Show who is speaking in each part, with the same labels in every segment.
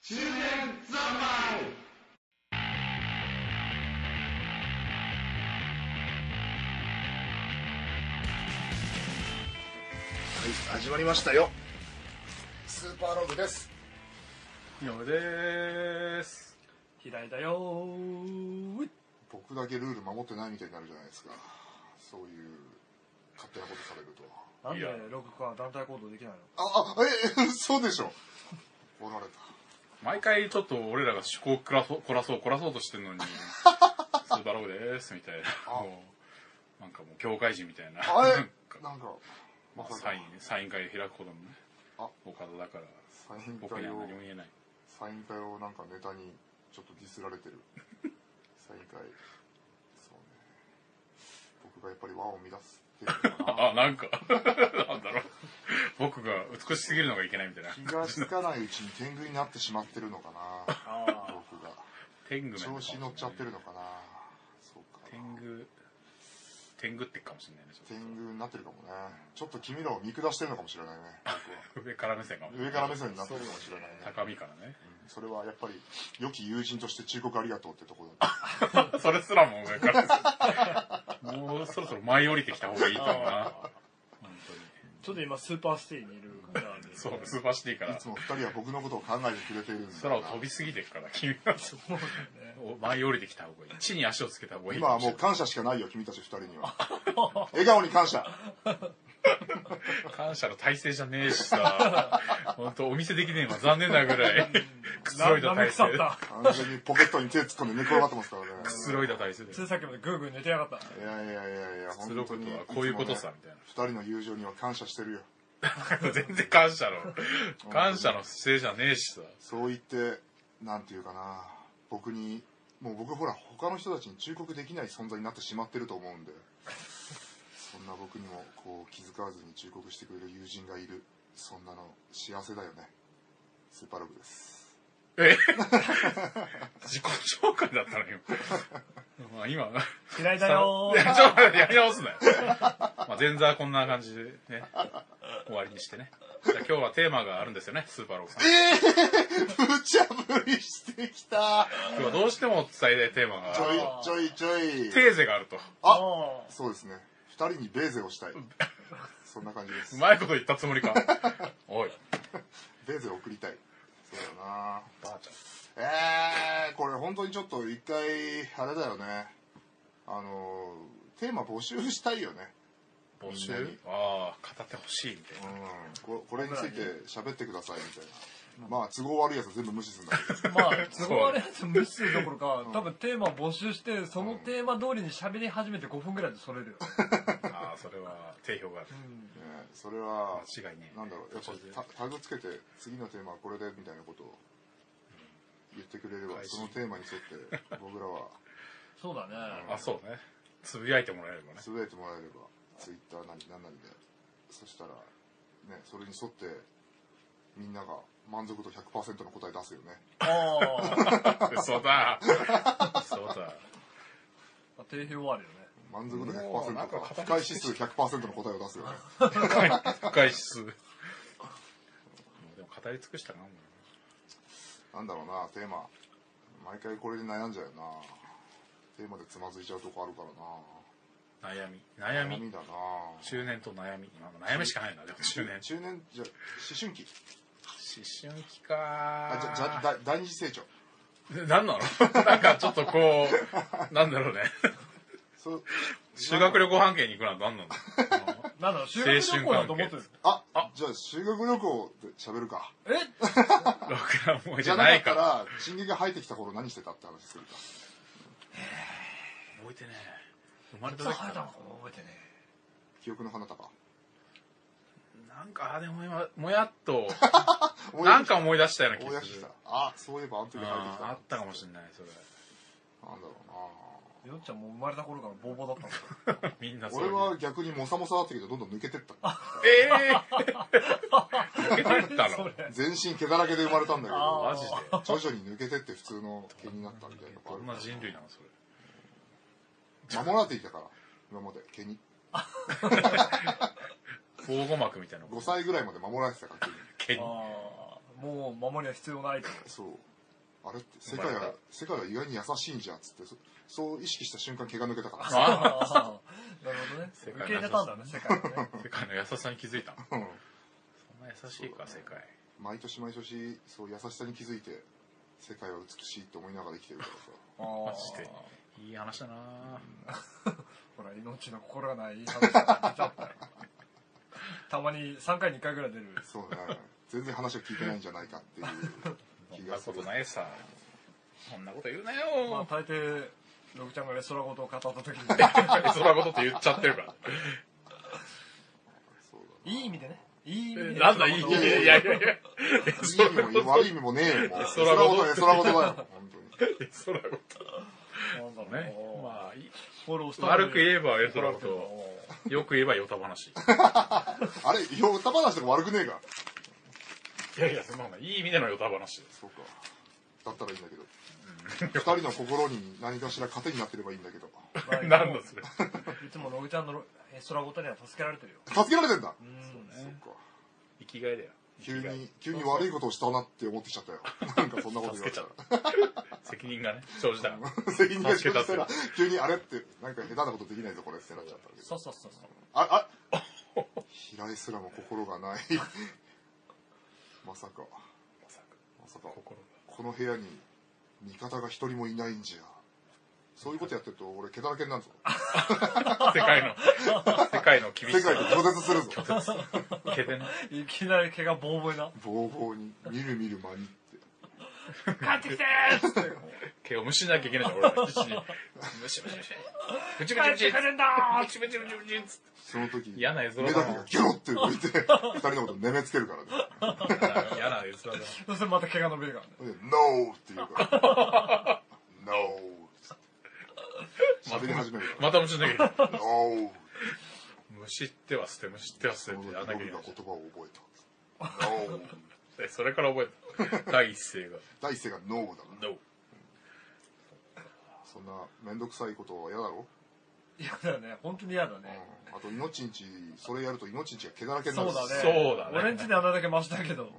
Speaker 1: 周年三昧
Speaker 2: はい、始まりましたよ。スーパーログです。
Speaker 3: よでーす平井だよー
Speaker 2: 僕だけルール守ってないみたいになるじゃないですか。そういう勝手なことされると。
Speaker 3: なん
Speaker 1: い
Speaker 3: で
Speaker 1: や
Speaker 3: ロク君は団体行動できないの
Speaker 2: あ、あ、え、えそうでしょ。おられた。
Speaker 1: 毎回ちょっと俺らが趣向を凝らそう凝らそう凝らそうとしてる のにスーパーログですみたいな
Speaker 2: あ
Speaker 1: もうなんかもう教会人みたいな
Speaker 2: あれ
Speaker 1: なんか
Speaker 2: なんか、まさか
Speaker 1: サインサイン会開くこともね
Speaker 2: あ
Speaker 1: 岡田だから
Speaker 2: サイン
Speaker 1: 僕
Speaker 2: 会
Speaker 1: には
Speaker 2: を
Speaker 1: 何、も言えない
Speaker 2: サイン会をなんかネタにちょっとディスられてる。サイン会。そうね。僕がやっぱり和を乱してるのかな。
Speaker 1: あなんかなんだろう僕が美しすぎるのがいけないみたいな
Speaker 2: 気がつかないうちに天狗になってしまってるのかな。
Speaker 3: あ
Speaker 2: 僕が。
Speaker 1: 天狗なのか
Speaker 2: 調
Speaker 1: もし
Speaker 2: 子
Speaker 1: れない
Speaker 2: 乗っちゃってるのかなそうか
Speaker 1: 天狗天狗ってかもしれないねちょっと
Speaker 2: 天狗になってるかもねちょっと君らを見下してるのかもしれ ないね
Speaker 1: 上から目線が
Speaker 2: 僕は上から目線になってるかもしれないね
Speaker 1: 高みからね
Speaker 2: それはやっぱり良き友人として忠告ありがとうってとこだ
Speaker 1: それすらも上から目線もうそろそろ舞い降りてきた方がいいかもな本
Speaker 3: ちょっと今スーパーステイにいる感じ
Speaker 1: 当 にそうスーパーシティか
Speaker 2: い
Speaker 1: ら
Speaker 2: つも二人は僕のことを考えてくれているんだな
Speaker 1: 空を飛びすぎてるから君は
Speaker 3: そうだね
Speaker 1: お舞い降りてきた方がいい地に足をつけた方がいい
Speaker 2: 今はもう感謝しかないよ君たち二人には笑顔に感謝
Speaker 1: 感謝の体制じゃねえ しさ本当お見せできねえわ残念なぐらいくつろいだ
Speaker 3: な舐め
Speaker 1: 体
Speaker 3: 腐っ
Speaker 1: 制
Speaker 3: た
Speaker 2: 完全にポケットに手突っ込んで寝転がってますからね
Speaker 1: くつろいだ体制で
Speaker 3: ついさっきまでグーグー寝てやがった
Speaker 2: いやいやいやいや
Speaker 1: くつ
Speaker 2: 本
Speaker 1: ろぐ
Speaker 2: 当
Speaker 1: こと
Speaker 2: に
Speaker 1: はこういうことさ
Speaker 2: つ
Speaker 1: みたいな
Speaker 2: もね二人の友情には感謝してるよ
Speaker 1: 全然感謝の、感謝の姿勢じゃねえしさ。
Speaker 2: そう言って、なんていうかな、僕に、もう僕ほら、他の人たちに忠告できない存在になってしまってると思うんで、そんな僕にも、こう、気遣わずに忠告してくれる友人がいる、そんなの幸せだよね。スーパーログです。
Speaker 1: え自己紹介だった のよ。まあ今、
Speaker 3: 平井だよ
Speaker 1: いやちょっと待って やり直すなよ。まあ前座はこんな感じでね、終わりにしてね。じゃあ今日はテーマがあるんですよね、スーパーローさん。
Speaker 2: 無茶ぶりしてきた
Speaker 1: 今日はどうしても伝えたいテーマ
Speaker 2: ちょ
Speaker 1: が、
Speaker 2: いちょいちょい。
Speaker 1: テーゼがあると。う
Speaker 3: ー
Speaker 2: あ
Speaker 3: あ
Speaker 2: そうですね。二人にベーゼをしたい。そんな感じです。
Speaker 1: まいこと言ったつもりか。おい、
Speaker 2: ベーゼを送りたい。そうだな
Speaker 1: ばあち
Speaker 2: えー、これ本当にちょっと一回あれだよねあのーテーマ募集したいよね
Speaker 1: ゃん。募
Speaker 2: みんな
Speaker 1: 集
Speaker 2: に
Speaker 1: ああ、語ってほしいみたい
Speaker 2: うんここれについて喋ってくださいみたいなまあ都合悪いやつは全部無視するんだけ ど
Speaker 3: ーまあ都合悪いやつ無視するどころか多分テーマ募集してそのテーマ通りに喋り始めて5分ぐらいでそれるよ
Speaker 1: な。ああ、それは定評がある。
Speaker 2: ねそれは
Speaker 1: 間違いねえ
Speaker 2: なんだろうやっぱタタグつけて次のテーマはこれでみたいなことを言ってくれれば
Speaker 1: 返し
Speaker 2: そのテーマに沿って僕らは
Speaker 3: そうだね
Speaker 1: あ、そうね。つぶやいてもらえればね。
Speaker 2: つぶやいてもらえればツイッターなり何なりでそしたらねそれに沿ってみんなが満足度100%の答え出すよね
Speaker 3: あー
Speaker 1: 嘘だ。嘘だ。
Speaker 3: まあ定評はあるよね
Speaker 2: 満足度
Speaker 1: もうなん
Speaker 2: 100%
Speaker 1: か
Speaker 2: か
Speaker 1: 形
Speaker 2: 不快指数100%の答えを出すよね
Speaker 1: 深い、深い指数。もうでも語り尽くしたな、もう。
Speaker 2: なんだろうなテーマ毎回これで悩んじゃうよなテーマでつまずいちゃうとこあるから
Speaker 1: 悩み。悩
Speaker 2: な
Speaker 1: み。
Speaker 2: 悩みだな
Speaker 1: 中年と悩み。まあ、悩みしかないな、でも中 年。
Speaker 2: 中年じゃ思春期
Speaker 1: 思春期か
Speaker 2: あじゃじゃだ第二次成長
Speaker 1: 何なの なんかちょっとこう、なんだろう ね。
Speaker 2: そう
Speaker 1: 修学旅行半径に行くなんて何なんだろ
Speaker 3: なんだろう修学旅行だと思ってる
Speaker 2: あじゃあ修学旅行で喋るか
Speaker 3: え
Speaker 1: う。ろくな思い
Speaker 2: じ
Speaker 1: じゃ
Speaker 2: ゃな
Speaker 1: な
Speaker 2: か
Speaker 1: い
Speaker 2: った
Speaker 1: から。
Speaker 2: らチンゲが生えてきた頃何してたって話するか
Speaker 1: 覚えてねえ。生まれた
Speaker 3: 実は
Speaker 1: 時
Speaker 3: 生え
Speaker 1: か
Speaker 3: たの
Speaker 1: ら
Speaker 3: か。も覚えてね
Speaker 2: 記憶の花束
Speaker 1: なんか、あでも今、もやっと、
Speaker 2: 思い
Speaker 1: な
Speaker 2: 出
Speaker 1: ん
Speaker 2: し
Speaker 1: か思い出したような気
Speaker 2: 思い
Speaker 1: が
Speaker 2: 出して
Speaker 1: す
Speaker 2: き
Speaker 1: る
Speaker 2: た。あそういえばあの時
Speaker 1: う
Speaker 2: 生
Speaker 1: ん
Speaker 2: えてきた
Speaker 1: あったかもしれない、それ。
Speaker 2: なんだろう
Speaker 3: えよっちゃんもう生まれた頃からボーボーだったの
Speaker 1: みんなそう
Speaker 2: な
Speaker 1: いう。
Speaker 2: 俺は逆にモサモサだったけどどんどん抜けてった
Speaker 1: ええー、抜けてったの
Speaker 3: それ
Speaker 2: 全身毛だらけで生まれたんだけ
Speaker 3: あ
Speaker 2: ど
Speaker 1: マジで
Speaker 2: 徐々に抜けてって普通の毛になったみたいなとこあ
Speaker 1: ど
Speaker 2: る
Speaker 1: んな人類なのそれ
Speaker 2: 守られていたから今まで毛に
Speaker 1: 防護膜みたいな
Speaker 2: 5歳ぐらいまで守られてたから毛に
Speaker 1: 毛に
Speaker 3: あーもう守りは必要ないと
Speaker 2: そうあれって世界は世界は意外に優しいんじゃっつってそそう意識した瞬間毛が抜けたから
Speaker 3: あ
Speaker 1: あ
Speaker 3: ーなるほどね
Speaker 1: 世界
Speaker 3: 受け入れたんだね世界をね
Speaker 1: 世界の優しさに気づいたの
Speaker 2: うん
Speaker 1: そんな優しいか世界
Speaker 2: 毎年毎年そう優しさに気づいて世界は美しいって思いながら生きてるからさ
Speaker 3: あー
Speaker 1: マジでいい話だなあ
Speaker 3: ほら命の心がないいい話出ちゃったよたまに3回に1回ぐらい出る
Speaker 2: そうね全然話を聞いてないんじゃないかっていう
Speaker 1: そ
Speaker 2: 気
Speaker 1: んな
Speaker 2: がす
Speaker 1: こ
Speaker 2: る
Speaker 1: とないさそんなこと言うな
Speaker 3: まあ
Speaker 1: よ
Speaker 3: 大抵ロクちゃんがレストランごとを語った時に
Speaker 1: そんなことって言っちゃってるから
Speaker 2: そう
Speaker 3: いい意味でねいい意味で
Speaker 1: なんだいいいやいやいやいや
Speaker 2: だいい意味も悪い意味もねえよもう
Speaker 1: そらごと
Speaker 2: そらごとだよ本当に
Speaker 1: そんなこと
Speaker 3: なんだろう
Speaker 1: ね
Speaker 3: ね
Speaker 1: まあいい
Speaker 3: フォローした
Speaker 1: 悪く
Speaker 3: え
Speaker 1: 言えばエそらことよく言えばよた話
Speaker 2: あれヨタ話とか悪くねえか
Speaker 1: いやいやそんなことないいい意味でのよた話です
Speaker 2: そうかだったらいいんだけど二人の心に何かしら糧になってればいいんだけど
Speaker 1: 何だそれ
Speaker 3: いつもログちゃんのロえ空ごとには助けられてるよ。
Speaker 2: 助けられてんだ
Speaker 3: うん。
Speaker 2: そっか
Speaker 1: 生きがいだよ
Speaker 2: 急
Speaker 1: 生きがい
Speaker 2: に急に悪いことをしたなって思ってきちゃったよなんかそんなこと言われたら
Speaker 1: 責任がね生じたか ら
Speaker 2: 責任が生じた
Speaker 1: 助け
Speaker 2: ら
Speaker 1: た
Speaker 2: 急にあれってなんか下手なことできないぞこれってなっちゃったけど
Speaker 3: そうそうそうそう。
Speaker 2: ああ平井すらも心がないまさかまさか
Speaker 1: 心が
Speaker 2: この部屋に味方が一人もいないんじゃそういうことやってると俺毛だらけになるぞ
Speaker 1: 世界の世界の厳
Speaker 2: 世
Speaker 1: し
Speaker 2: 界
Speaker 1: さ
Speaker 2: で拒絶するぞ
Speaker 1: 毛でね
Speaker 3: いきなり毛がボーボーにな。
Speaker 2: ボーボーに見る見る間にって
Speaker 3: 帰ってきてーっつって。
Speaker 1: 毛をむしなきゃいけないじゃん俺は必死にむしむしむしむちむちむち
Speaker 3: 帰ってくれんだー
Speaker 1: むちむちむちむちつって
Speaker 2: その時
Speaker 1: 嫌な絵面だな
Speaker 2: 目だけがギョロって動いて二人のことねめつけるからね
Speaker 1: 嫌な絵面だな
Speaker 3: そしてまた毛が伸びるからね。
Speaker 2: で「NO」って言うから「NO」喋り始めるか
Speaker 1: またむしなきゃいけない
Speaker 2: ら「NO」
Speaker 1: むしっては捨てむしっては捨てってやらなきゃいけ
Speaker 2: 僕が
Speaker 1: ない
Speaker 2: 言葉を覚えた。No。
Speaker 1: でそれから覚えた第一声が
Speaker 2: 第一声が No だ。
Speaker 1: 「NO
Speaker 2: そんな面倒くさいことは嫌だろ。
Speaker 3: 嫌だよね。本当に嫌だ
Speaker 2: うん
Speaker 3: ね。
Speaker 2: あと命んちそれやると命んちが毛だらけにな
Speaker 3: そう
Speaker 2: る。
Speaker 3: だね。
Speaker 1: そうだね
Speaker 3: 俺んちであんなだけマシだけど。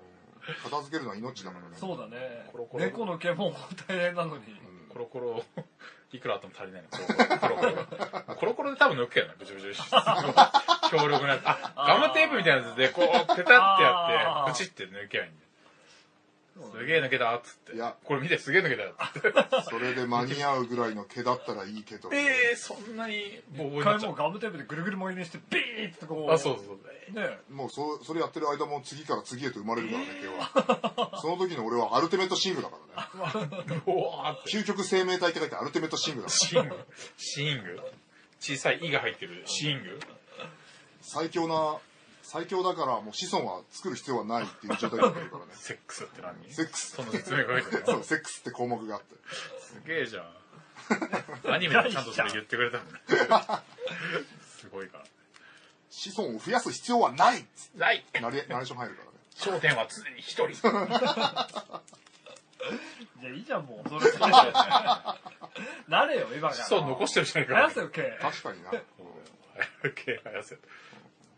Speaker 2: 片付けるのは命だからね。
Speaker 3: そうだね
Speaker 1: コロコ。ロ
Speaker 3: 猫の毛も大変なのに。
Speaker 1: コロコロいくらあっても足りないのコロコロコロコロコロコロで多分抜くけどなぐちゅぐちゅぐちゅ強力なやつあガムテープみたいなやつでこうペタってや
Speaker 3: あ
Speaker 1: って
Speaker 3: ー
Speaker 1: プチって抜けばいいんだよすげえ抜けたっつって
Speaker 2: いや
Speaker 1: これ見てすげえ抜けたよっつって
Speaker 2: それで間に合うぐらいの毛だったらいいけど。
Speaker 1: えー、そんなにボーボーに
Speaker 3: 一
Speaker 1: なっ
Speaker 3: 回
Speaker 1: ちゃ
Speaker 3: もう
Speaker 1: う
Speaker 3: ガムテープでぐるぐる巻きにして、ビーってこう。
Speaker 1: あそうそうそう
Speaker 3: ね
Speaker 2: もうそそれやってる間も次から次へと生まれるからね毛は。その時の俺はアルティメットシングだからね。
Speaker 1: うわーって
Speaker 2: 究極生命体って書いてアルティメットシングだから。
Speaker 1: シーングシーング小さい「イ」が入ってるシーング
Speaker 2: 最強な最強だからもう子孫は作る必要はないっていう状態になってるからね。
Speaker 1: セックスって何
Speaker 2: セックス
Speaker 1: その説明が入ってる
Speaker 2: そう
Speaker 1: の
Speaker 2: セックスって項目があって。
Speaker 1: すげえじゃんアニメでちゃんとそれ言ってくれたもんねすごいから
Speaker 2: 子孫を増やす必要はないっつっ
Speaker 1: ない
Speaker 2: てナレナレーション入るからね
Speaker 1: 焦点は常に一 人。
Speaker 3: いや、いいじゃん、もう。それ。なれよ、今から。
Speaker 1: そう残してるじゃないか。
Speaker 3: 生やせよ、毛。
Speaker 2: 確かにな
Speaker 1: 早く生やせ。も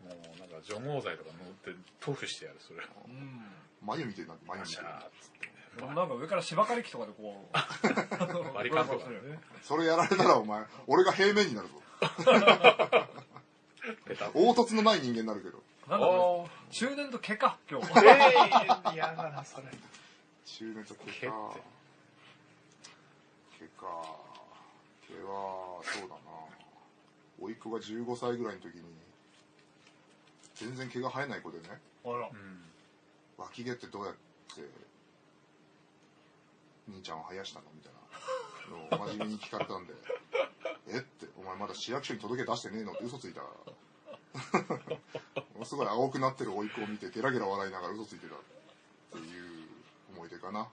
Speaker 1: うなんか除毛剤とか塗って塗布してやるそれ。
Speaker 3: うん。
Speaker 2: 眉みたいになって眉み
Speaker 1: シ
Speaker 2: たい
Speaker 1: ャ
Speaker 2: になって
Speaker 1: ーっつって
Speaker 3: でもなんか上から芝刈り機とかでこう。
Speaker 1: バリカンとかね。
Speaker 2: それやられたらお前俺が平面になるぞ
Speaker 1: ペタッ。
Speaker 2: 凹凸のない人間になるけど
Speaker 3: なんだ
Speaker 1: おー。
Speaker 3: これ中年と毛か、今 日。
Speaker 1: えー、嫌だなそれ。
Speaker 2: 中年と毛か
Speaker 1: 毛って
Speaker 2: 毛か毛はそうだな甥っ子が15歳ぐらいの時に全然毛が生えない子でね
Speaker 3: あら
Speaker 1: う。ん。
Speaker 2: 脇毛ってどうやって兄ちゃんは生やしたのみたいなのを真面目に聞かれたんで「えっ?」て「お前まだ市役所に届け出してねえの?」って嘘ついた ものすごい青くなってる甥っ子を見てゲラゲラ笑いながら嘘ついてたっていう思い出かな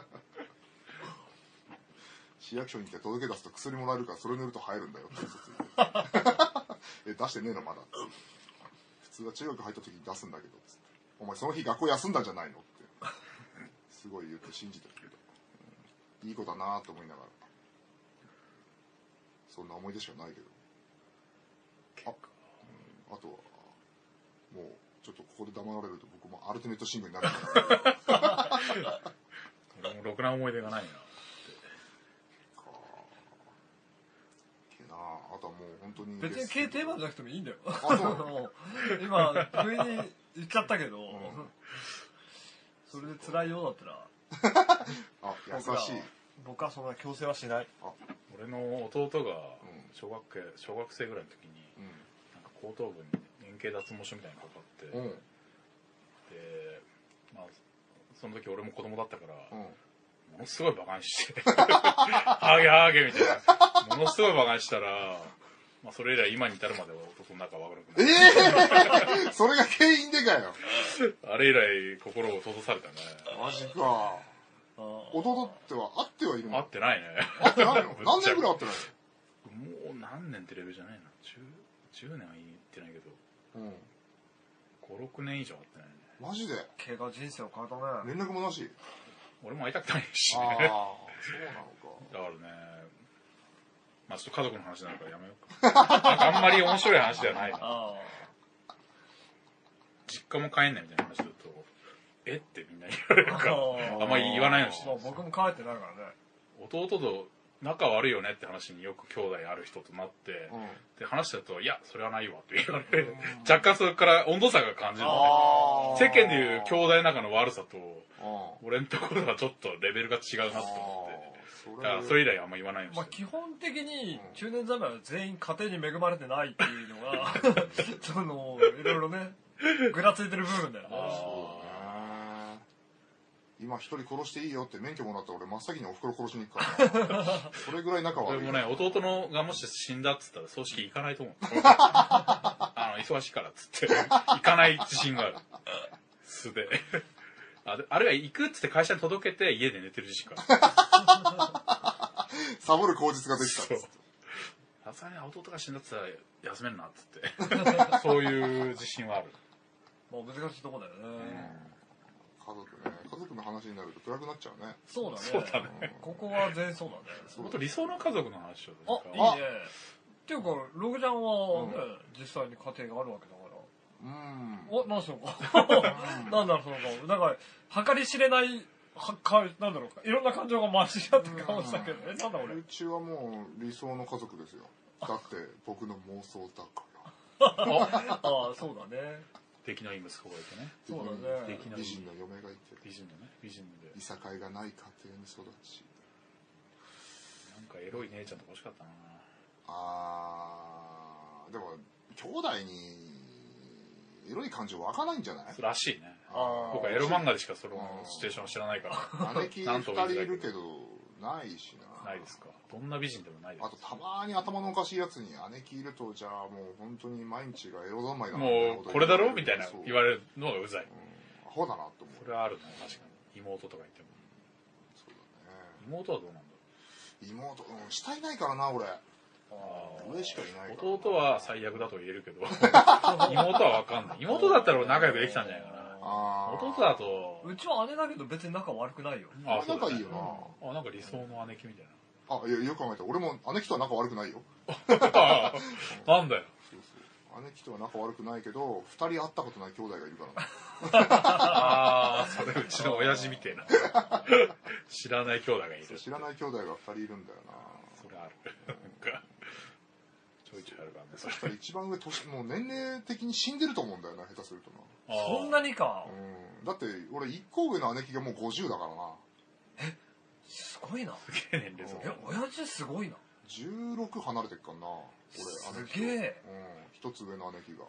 Speaker 2: 市役所に行って届け出すと薬もらえるからそれ塗ると生えるんだよって嘘ついてえ出してねえのまだって普通は中学入った時に出すんだけどつってお前その日学校休んだんじゃないのってすごい言って信じてるけどうんいい子だなと思いながらそんな思い出しかないけどあうんあとはもうちょっとここで黙られると僕もアルティメットシングになるから
Speaker 1: 俺もろくな思い出がないな。
Speaker 2: けなあとはもう本当に
Speaker 3: 別に系テーマじゃなくてもいいんだよ。
Speaker 2: あそうな
Speaker 3: もう 今、不意に言っちゃったけど、それで辛いようだったら、
Speaker 2: あ優
Speaker 3: 僕らは
Speaker 2: しい
Speaker 3: 僕はそんな強制はしない。
Speaker 1: 俺の弟
Speaker 2: ん
Speaker 1: が小学生、小学生ぐらいの時に、
Speaker 2: う
Speaker 1: なんか後頭部に円形脱毛症みたいにかかって、
Speaker 2: んうん
Speaker 1: で、まあ、その時俺も子供だったから、
Speaker 2: うん
Speaker 1: ものすごいバカにして、ハゲハゲみたいな。ものすごいバカにしたら、まあそれ以来今に至るまでは男の仲は悪く
Speaker 2: え
Speaker 1: ない。
Speaker 2: え それが原因でかよ
Speaker 1: あれ以来心を閉ざされたね。
Speaker 2: マジか
Speaker 3: あー
Speaker 2: 弟っては会ってはいるの会
Speaker 1: 会ってないね。
Speaker 2: ってないの何年ぐらい会ってない
Speaker 1: もう何年ってレベルじゃないな。10、10年は言ってないけど、
Speaker 2: のうん
Speaker 1: 5、6年以上会ってないね。
Speaker 2: マジで
Speaker 3: 怪我人生を変えたね。
Speaker 2: 連絡もなし
Speaker 1: 俺も会いたくないし、
Speaker 2: ああーそ
Speaker 1: ね。
Speaker 2: うなのか
Speaker 1: だからね、まあちょっと家族の話になるからやめようか。なんかあんまり面白い話ではないな。
Speaker 3: あ
Speaker 1: 実家も帰んないみたいな話だと、えってみんなに言われる
Speaker 3: あ。
Speaker 1: から。あんまり言わないようにして
Speaker 3: まあ僕も帰ってないからね。
Speaker 1: 弟と仲悪いよねって話によく兄弟ある人となって、
Speaker 2: うん
Speaker 1: で話したと「いやそれはないわ」って言われて若干それから温度差が感じるのね
Speaker 2: あ
Speaker 1: 世間でいう兄弟仲の悪さと
Speaker 2: あ
Speaker 1: 俺のところはちょっとレベルが違う
Speaker 2: あ
Speaker 1: なと思
Speaker 2: そ
Speaker 1: ってだ
Speaker 2: れ
Speaker 1: からそれ以来あんま言わないように
Speaker 3: まあ
Speaker 1: して
Speaker 3: 基本的に中年侍は全員家庭に恵まれてないっていうのが、 その、いろいろね、ぐらついてる部分だよね。
Speaker 1: あ
Speaker 2: そうだね今一人殺していいよって免許もらったら俺真っ先にお袋殺しに行くから なそれぐらい仲
Speaker 1: 俺
Speaker 2: 悪い
Speaker 1: もね弟のがもし死んだっつったら葬式行かない と思うあの忙しいからっつって行かない自信がある素であであるいは行くっつって会社に届けて家で寝てる自信がある
Speaker 2: サボる口実ができたっつって
Speaker 1: そうさすがに弟が死んだって言ったら休めるなっつって そういう自信はある
Speaker 3: まあ難しいとこだよね。
Speaker 2: 家族ね家族の話になると暗くなっちゃうね
Speaker 3: そうだね。
Speaker 1: そうだね
Speaker 3: ここは全員そうだね。
Speaker 1: 本当理想の家族の話を
Speaker 3: あ、いいね。っていうか、ログちゃんはね、実際に家庭があるわけだから。
Speaker 2: うん
Speaker 3: お、なんその顔。なんだろう、その顔。なんか、計り知れない、は、か、なんだろう、いろんな感情が混じり合った顔したけど、え、なんだ 俺
Speaker 2: う。ちはもう理想の家族ですよだって僕の妄想だから
Speaker 3: ああ、そうだね。
Speaker 1: 出来のいい息子がいてね
Speaker 3: そうだね
Speaker 1: でき。ない
Speaker 2: 美人の嫁がいて
Speaker 1: 美人のね美人で
Speaker 2: いさかいがない家庭に育ち
Speaker 1: なんかエロい姉ちゃんとか欲しかったな
Speaker 2: あーでも兄弟にエロい感情湧かないんじゃない
Speaker 1: らしいね
Speaker 3: あー
Speaker 1: 僕はエロ漫画でしかその
Speaker 2: うん
Speaker 1: シチュエーションを知らないから
Speaker 2: 姉貴二人いるけどないしな
Speaker 1: ないですかどんな美人でもないです
Speaker 2: あとたまに頭のおかしいやつに姉貴いるとじゃあもう本当に毎日がエロ三昧だな
Speaker 1: もうこれだろみたいな言わ
Speaker 2: れ
Speaker 1: れるのがうざい
Speaker 2: アホだなって思う
Speaker 1: それはあるね確かに妹とかいても
Speaker 2: そう
Speaker 1: 妹はどうなんだ
Speaker 2: だね妹うん下いないからな俺
Speaker 1: ろう
Speaker 2: 上しかいないから
Speaker 1: 弟は最悪だと言えるけど妹はわかんない妹だったら俺仲良くできたんじゃないかな
Speaker 2: あー
Speaker 1: 弟だと
Speaker 3: うちは姉だけど別に仲悪くないよ。
Speaker 2: あ
Speaker 1: そうだ
Speaker 2: 仲
Speaker 1: ね
Speaker 2: いいよ
Speaker 1: あなんか理想の姉貴みたい
Speaker 2: なあいやよく考えたら俺も姉貴とは仲悪くないよ
Speaker 1: ななんだよ
Speaker 2: 姉貴とは仲悪くないけど二人会ったことない兄弟がいるからな
Speaker 1: ああそれうちの親父みてえな知らない兄弟がいる
Speaker 2: そう知らない兄弟が二人いるんだよな
Speaker 1: それあるなんかちょいちょいあるからねそれ
Speaker 2: だから一番上年もう年齢的に死んでると思うんだよな下手するとな
Speaker 3: そんなにか。
Speaker 2: うんだって俺一個上の姉貴がもう50だからな
Speaker 3: すごいな。
Speaker 1: すげえ年齢層
Speaker 2: うん
Speaker 3: え、親父すごいな。
Speaker 2: 16離れてっからな俺
Speaker 3: す
Speaker 2: 姉貴と
Speaker 3: げえ。
Speaker 2: うん一つ上の姉貴が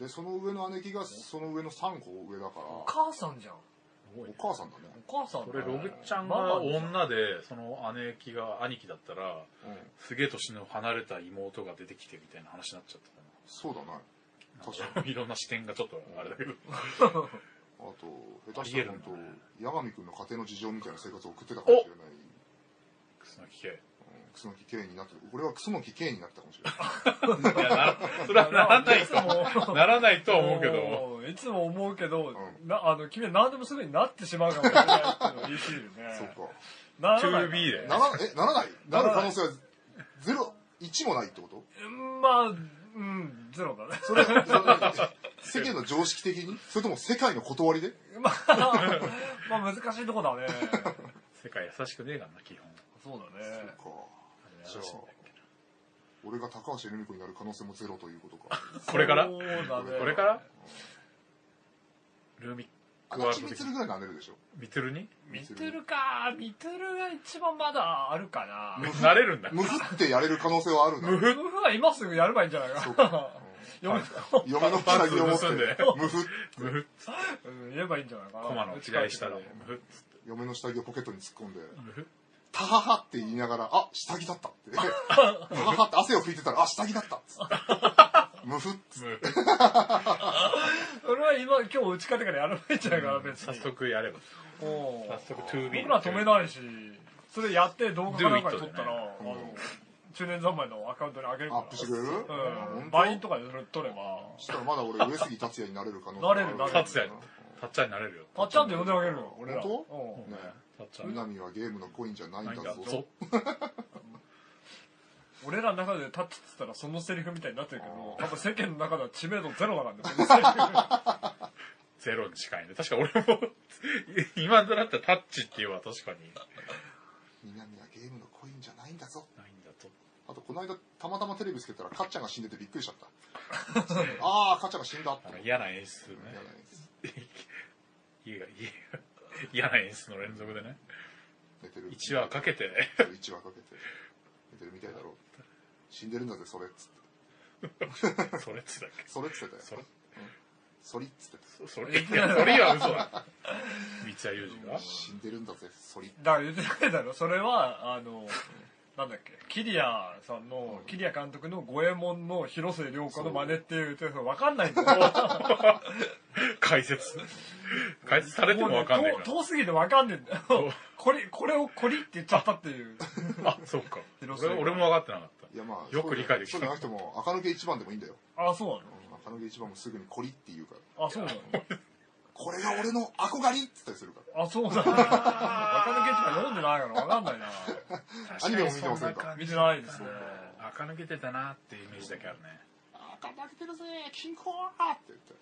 Speaker 2: でその上の姉貴がその上の3個上だから
Speaker 3: お
Speaker 2: お
Speaker 3: 母さんじゃん。
Speaker 2: 母さんだね
Speaker 3: お母さん
Speaker 1: そ
Speaker 3: だ
Speaker 1: れログちゃんが女でその姉貴が兄貴だったら
Speaker 2: うん
Speaker 1: すげえ年の離れた妹が出てきてみたいな話になっちゃったかな
Speaker 2: そうだね確かに
Speaker 1: いろんな視点がちょっとあれだけど。
Speaker 2: あと下手したら本
Speaker 1: ありえるんだね
Speaker 2: 当八神君の家庭の事情みたいな生活を送ってたかもしれない
Speaker 1: 楠木系。
Speaker 2: うん楠木圭になって俺は楠木圭になってたかもしれない
Speaker 1: いや、な、それはならない
Speaker 3: つも
Speaker 1: と、ならないとは思うけど。
Speaker 3: ど。いつも思うけど、
Speaker 2: う。
Speaker 3: な、あの、君は何でもすぐになってしまうかもしれないっていうの言い過ぎるね
Speaker 2: そっか
Speaker 3: ならない
Speaker 1: 2B で。
Speaker 2: ならえならないなる可能性はゼロ一もないってこと
Speaker 3: うんまあ、うん、ゼロだね。
Speaker 2: それそれ世間の常識的にそれとも世界の断りで
Speaker 3: まあ、 まあ難しいとこだね。
Speaker 1: 世界優しくねえからな、基本。
Speaker 3: そうだ
Speaker 2: そう
Speaker 3: ね。
Speaker 2: か
Speaker 1: 優しいんだっけな
Speaker 2: 俺が高橋留美子になる可能性もゼロということか
Speaker 1: これから
Speaker 3: そうだね。
Speaker 1: これからルーミッ
Speaker 2: あ
Speaker 1: クワ
Speaker 2: の
Speaker 1: ー
Speaker 2: ち
Speaker 1: ルド
Speaker 2: みつ
Speaker 1: 的
Speaker 2: るぐらいなれるでしょ
Speaker 1: ミトゥルに
Speaker 3: ミトゥルか。ミトゥルが一番まだあるかな。
Speaker 1: なれるんだ。
Speaker 2: むふってやれる可能性はあるな
Speaker 1: むふ
Speaker 3: 夫婦は今すぐやればいいんじゃない
Speaker 2: そう
Speaker 3: か。嫁と、
Speaker 2: 嫁の
Speaker 1: パン
Speaker 2: 下
Speaker 1: ツ
Speaker 2: 着を持って
Speaker 1: 盗んで
Speaker 2: むふ
Speaker 1: むふ
Speaker 3: うん言えばいいんじゃないかな。
Speaker 1: コマの違いしたら、むふっつって
Speaker 2: 嫁の下着をポケットに突っ込んで
Speaker 1: むふっ
Speaker 2: 「タハハ」って言いながら「あ下着だった」って「タハハ」って汗を拭いてたら「あ下着だった」っつって「むふ」
Speaker 1: む
Speaker 3: 俺は今、今日打ち勝てからやらないんじゃないかな、別に。
Speaker 1: 早速やれば。
Speaker 3: もう
Speaker 1: 早速 2B。
Speaker 3: 僕ら止めないし、それやって動画かなんか
Speaker 1: Do it
Speaker 3: に撮ったら、
Speaker 1: だ
Speaker 3: あの、中年三昧のアカウントに上げる
Speaker 2: ア
Speaker 3: か
Speaker 2: ップしてくれる
Speaker 3: ら。う
Speaker 2: 本
Speaker 3: ん。
Speaker 2: 当
Speaker 3: バインとかでそれ撮れば。
Speaker 2: そしたらまだ俺上杉達也になれる可能性もあ
Speaker 3: なれるなれる
Speaker 1: 達也、たっちゃんになれるよ。
Speaker 3: たっちゃんで呼んであげるよ、俺ら。
Speaker 2: 本
Speaker 3: うん
Speaker 2: ね
Speaker 1: たっちゃん。
Speaker 2: 南はゲームのコインじゃないん
Speaker 1: な
Speaker 2: だ
Speaker 1: ん
Speaker 2: ぞ
Speaker 1: か、ぞ。
Speaker 3: 俺らの中でタッチっつったらそのセリフみたいになってるけど、多分世間の中では知名度ゼロだからね、 このセ
Speaker 1: ゼ
Speaker 3: リフ
Speaker 1: ロに近いね。確か俺も、今となったらタッチっていうのは確かに
Speaker 2: 南はゲームのコインじゃないんだぞ
Speaker 1: ないんだと。
Speaker 2: あとこの間たまたまテレビつけたらカッちゃんが死んでてびっくりしちゃった ああカッちゃんが死んだって
Speaker 1: なんか嫌な演出ね。
Speaker 2: 嫌なやつ
Speaker 1: 嫌が、嫌な演出の連続でね。
Speaker 2: 寝てる
Speaker 1: 1話かけて、
Speaker 2: 1話かけて寝てるみたいだろ死んでるんだぜそれっつって
Speaker 1: それっつだっけ
Speaker 2: それっつってたよ
Speaker 1: それ
Speaker 2: そりっつってた
Speaker 1: そそれ、いや、それは嘘だ。三谷裕二が
Speaker 2: 死んでるんだぜそり
Speaker 3: だから言ってないだろ、それは、あの、なんだっけ、キリアさんの、キリア監督の五右衛門の広末涼子の真似っていうと、わかんないんだ よ。
Speaker 1: 解説。解説されてもわかんない
Speaker 3: もうね
Speaker 1: か
Speaker 3: 遠遠すぎてわかんねえんだよ。これ、これをこりって言っちゃったっていう。
Speaker 1: ら。あ、そうか。
Speaker 3: 広
Speaker 1: 俺
Speaker 3: 末
Speaker 1: は俺も分かってなかった。
Speaker 2: いやまあ
Speaker 1: よく理解でき
Speaker 2: そ
Speaker 1: た
Speaker 2: うじゃなくても赤抜け一番でもいいんだよ
Speaker 3: あ、そうな
Speaker 2: うん赤抜け一番もすぐにこりって言うから
Speaker 3: のあ、そうなの
Speaker 2: これが俺の憧れっつったりするから
Speaker 3: あ、そうなの若抜けしか読んでないからわかんないな。
Speaker 2: アニメも見てませんか
Speaker 3: 見てないですね。
Speaker 1: 垢抜けてたなっていうイメージだけあるね。
Speaker 2: あー、頑張ってるぜ、金庫ーって言って。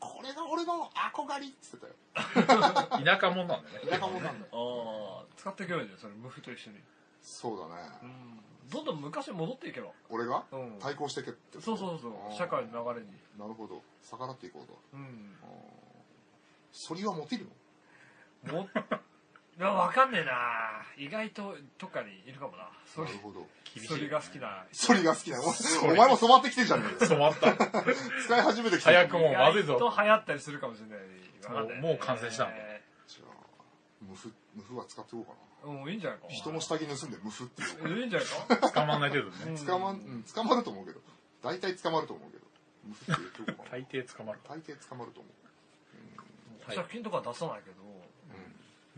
Speaker 2: これが俺の憧れっつってたよ。
Speaker 1: 田舎者なんだね。
Speaker 2: 田舎者なんだよ。
Speaker 3: ああ、使っていけばいいじゃん、それ、ムフと一緒に。
Speaker 2: そうだ
Speaker 3: う
Speaker 2: ね。
Speaker 3: ん。どんどん昔に戻っていけば。
Speaker 2: 俺が
Speaker 3: うん
Speaker 2: 対抗してけってこと。
Speaker 3: そうそうそう
Speaker 2: あ、ー
Speaker 3: 社会。の流れに。
Speaker 2: なるほど。逆らっていこうと。
Speaker 3: うん。
Speaker 2: あーそりはモテるの
Speaker 3: も、いや、わかんねえな意外と、どっかにいるかもな。そ
Speaker 2: な
Speaker 3: れ
Speaker 2: る、ほど。
Speaker 1: 厳しい
Speaker 3: それが好きな。
Speaker 2: そりが好きなの。お
Speaker 1: り
Speaker 2: 前お前も染まってきてんじゃねえか
Speaker 1: 染まった。
Speaker 2: 使い始めてきてんじゃねえ
Speaker 1: 早くもうまずいぞ
Speaker 3: 意外と流行ったりするかもしれない。わかんない
Speaker 1: もうもう完成したの
Speaker 2: じゃあ、無フ、無フは使っていこうかな。
Speaker 3: うん、いいんじゃないか。
Speaker 2: 人の下着盗んで無フっていう。
Speaker 3: いいんじゃない か。
Speaker 1: 捕まんない程度ね。
Speaker 2: 捕まん、うん、捕まると思うけど。大体捕まると思うけど。無フって言っておこうかな。
Speaker 1: 大抵捕まる。
Speaker 2: 大抵捕まると思う。
Speaker 1: はい
Speaker 3: 借金とか出さないけ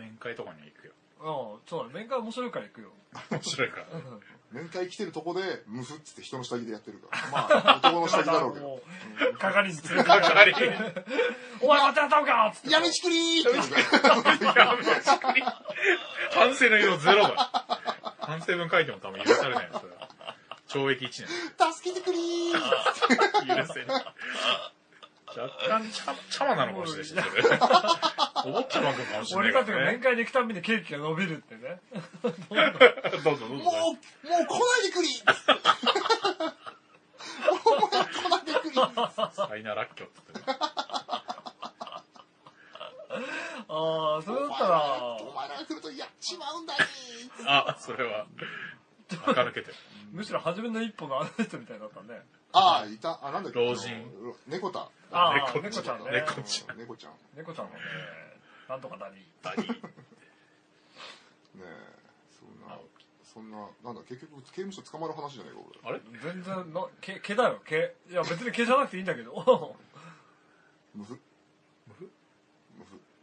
Speaker 1: 面会とかには行くよ。
Speaker 3: ど、うん、そうだね、面会面白いから行くよ。
Speaker 1: 面白いから。
Speaker 2: 面会来てるとこで、ムフっつって人の下着でやってる から。まあ、男の下着だろうけ ど。
Speaker 3: もう、係に連れてか
Speaker 1: か
Speaker 3: れ
Speaker 1: か
Speaker 3: て
Speaker 1: り。
Speaker 3: お前またやったのかっつって。
Speaker 2: やめちくりーって言うから
Speaker 1: やめちくり反省の色ゼロだ。反省文書いても多分許されないよ、それは。懲役1
Speaker 2: 助けてくりー
Speaker 1: 年。許せない。若干ちゃ、ちゃまなのかもしれないし、それ。お坊ちゃまくんかもし
Speaker 3: 俺
Speaker 1: れな
Speaker 3: た
Speaker 1: い
Speaker 3: ち
Speaker 1: か
Speaker 3: が
Speaker 1: ら
Speaker 3: 面
Speaker 1: ね。
Speaker 3: 会に行くたびにケーキが伸びるってね。
Speaker 1: どうぞどうぞ
Speaker 2: もう、。もう来ないでくり ーもう来ないでくりー
Speaker 1: サイナラッキョって言って
Speaker 3: ああ、それだ
Speaker 2: お
Speaker 3: っ
Speaker 2: 前
Speaker 3: た
Speaker 2: ら
Speaker 3: ら、、
Speaker 2: お前らが来るとやっちまうんだねー
Speaker 1: あ、それは、垢抜けてる。
Speaker 3: むしろ初めの一歩のあの人みたいだったね。
Speaker 2: ああ、いた。あ、なんだっけ
Speaker 1: 老人。
Speaker 2: 猫た。
Speaker 3: ああ、
Speaker 1: 猫
Speaker 3: 猫
Speaker 1: ち
Speaker 3: ち
Speaker 1: ゃ
Speaker 3: ゃ
Speaker 1: ん
Speaker 3: んね。
Speaker 1: 猫
Speaker 2: うん猫ちゃん。ね
Speaker 3: 猫ちゃんのね、なんとかなり。
Speaker 1: ダニー
Speaker 2: え、そんな、そんな、なんだ、結局、刑務所捕まる話じゃないか、俺。
Speaker 1: あれ
Speaker 3: 全然な、毛、毛だよ、毛。いや、別に毛じゃなくていいんだけど。
Speaker 2: ムフ。ムフ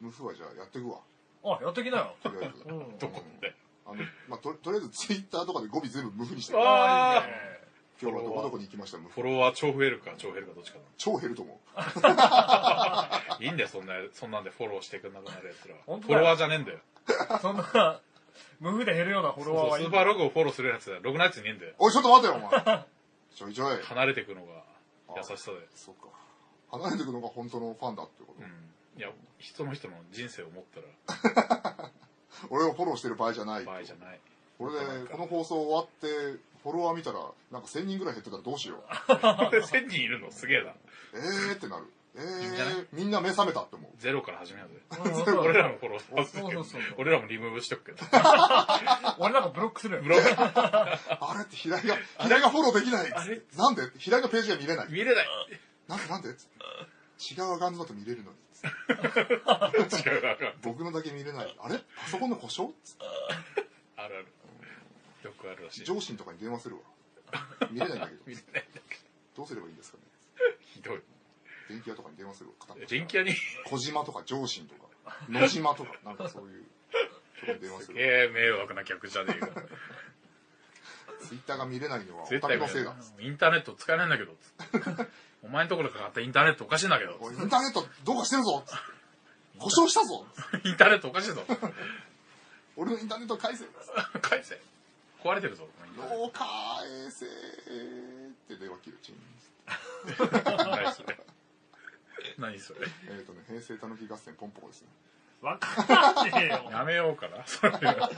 Speaker 2: ムフはじゃあやってくわ。
Speaker 3: あ、やってきなよ。
Speaker 2: とりあえず。
Speaker 3: うん。
Speaker 1: どこで
Speaker 2: あの、まあ、ととりあえずツイッターとかで語尾全部無フにして、
Speaker 1: あ
Speaker 2: 今
Speaker 3: ああ、いいね。
Speaker 2: 日はどこどこに行きました、無
Speaker 1: フ
Speaker 2: フ。
Speaker 1: ォロワー超増えるか超減るかどっちか
Speaker 2: 超減ると思う。
Speaker 1: だ。いいんだよ、そんな、そんなんでフォローしてくんなくなるやつらは。フ
Speaker 3: 本当
Speaker 1: ォ
Speaker 3: だよ
Speaker 1: ロワーじゃねえんだよ。
Speaker 3: そんな、無風で減るようなフォ
Speaker 1: そ
Speaker 3: ロ
Speaker 1: う
Speaker 3: ワー
Speaker 1: そ
Speaker 3: は
Speaker 1: う
Speaker 3: い
Speaker 1: ス
Speaker 3: い
Speaker 1: ー。パーログをフォローするやつだよ。ログなやついねえんだよ。
Speaker 2: おい、ちょっと待てよ、お前。ちょいちょい。
Speaker 1: 離れていくのが
Speaker 2: あ
Speaker 1: 優しさだよ。
Speaker 2: そうか。離れていくのが本当のファンだってこと、
Speaker 1: うんいや人の人の人生を思ったら
Speaker 2: 俺をフォローしてる場合じゃない
Speaker 1: 場合じゃ ない
Speaker 2: これでこの放送終わってフォロワー見たらなんか1000人ぐらい減ってたらどうしよう
Speaker 1: 1000人いるのすげえな
Speaker 2: えーってなるえ
Speaker 1: いいんじゃない
Speaker 2: ーみんな目覚めたって思う
Speaker 1: ゼロから始めようぜ
Speaker 3: うんそう
Speaker 1: 俺らのフォローさ
Speaker 3: そうそうそう
Speaker 1: 俺らもリムーブしとくけど
Speaker 3: 俺なんかブロックするよ
Speaker 1: ブログ
Speaker 2: あれって平井が平井がフォローできない
Speaker 1: あれ
Speaker 2: なんで平井のページが見れない
Speaker 1: 見れない
Speaker 2: なんでなんで違うアカウントだと見れる のに
Speaker 1: 違うな
Speaker 2: 僕のだけ見れないあれパソコンの故障
Speaker 1: あるあるよくあるらしい
Speaker 2: 上司とかに電話するわ見れないんだけど
Speaker 1: 見れない
Speaker 2: どうすればいいんですかね
Speaker 1: ひどい
Speaker 2: 電気屋とかに電話するわ片っ端
Speaker 1: 電気屋に
Speaker 2: 小島とか上司とか野島とかなんかそういうとこに電話す
Speaker 1: す
Speaker 2: るわ
Speaker 1: げえ迷惑な客じゃねえか
Speaker 2: ツイッターが見れないのはオ
Speaker 1: 絶
Speaker 2: タ
Speaker 1: 対
Speaker 2: ク
Speaker 1: 見
Speaker 2: の
Speaker 1: れ
Speaker 2: せい
Speaker 1: な
Speaker 2: だ
Speaker 1: いインターネット使えないんだけどつってお前のところから買ったインターネットおかしいんだけど
Speaker 2: おいインターネットどうかしてるぞ故障したぞ
Speaker 1: インターネットおかしいぞ
Speaker 2: 俺のインターネット返せ
Speaker 1: 返せ壊れてるぞこのインターネット
Speaker 2: どう返せって電話切るチン
Speaker 1: 何それ何それ
Speaker 2: えっ、とね平成たぬき合戦ポンポコですね
Speaker 3: わかんねえよ
Speaker 1: やめようかなそれは